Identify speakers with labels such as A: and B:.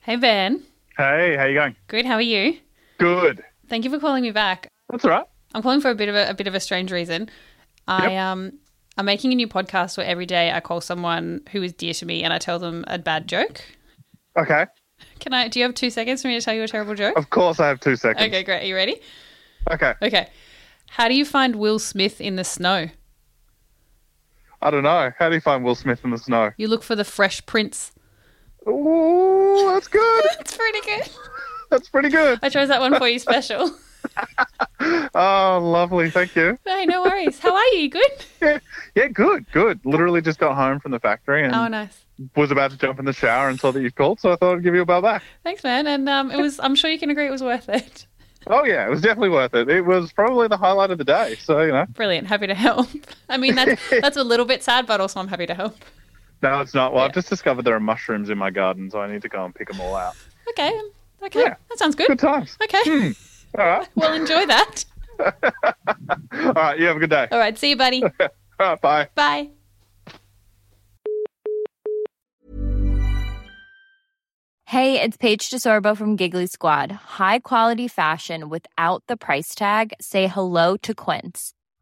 A: Hey, Ben.
B: Hey, how you going?
A: Good. How are you?
B: Good.
A: Thank you for calling me back.
B: That's all right.
A: I'm calling for a bit of a, a bit of a strange reason. I um I'm making a new podcast where every day I call someone who is dear to me and I tell them a bad joke.
B: Okay.
A: Can I? Do you have two seconds for me to tell you a terrible joke?
B: Of course, I have two seconds.
A: Okay, great. Are you ready?
B: Okay.
A: Okay. How do you find Will Smith in the snow?
B: I don't know. How do you find Will Smith in the snow?
A: You look for the fresh prince.
B: Ooh, that's good.
A: That's pretty good.
B: That's pretty good.
A: I chose that one for you special.
B: Oh, lovely. Thank you.
A: hey, no worries. How are you? You Good?
B: Yeah, yeah, good, good. Literally just got home from the factory and
A: Oh, nice.
B: was about to jump in the shower and saw that you've called, so I thought I'd give you a bell back.
A: Thanks, man. And um, it was. I'm sure you can agree it was worth it.
B: Oh yeah, it was definitely worth it. It was probably the highlight of the day. So you know,
A: Brilliant. Happy to help. I mean, that's that's a little bit sad, but also I'm happy to help.
B: no, it's not. Well, I've
A: Yeah.
B: just discovered there are mushrooms in my garden, so I need to go and pick them all out.
A: Okay. Okay.
B: Yeah.
A: That sounds good.
B: Good times.
A: Okay.
B: All right.
A: Well, enjoy that.
B: All right. You have a good day.
A: All right. See you, buddy.
B: All right. Bye.
A: Bye.
C: Hey, it's Paige DeSorbo from Giggly Squad. High quality fashion without the price tag. Say hello to Quince.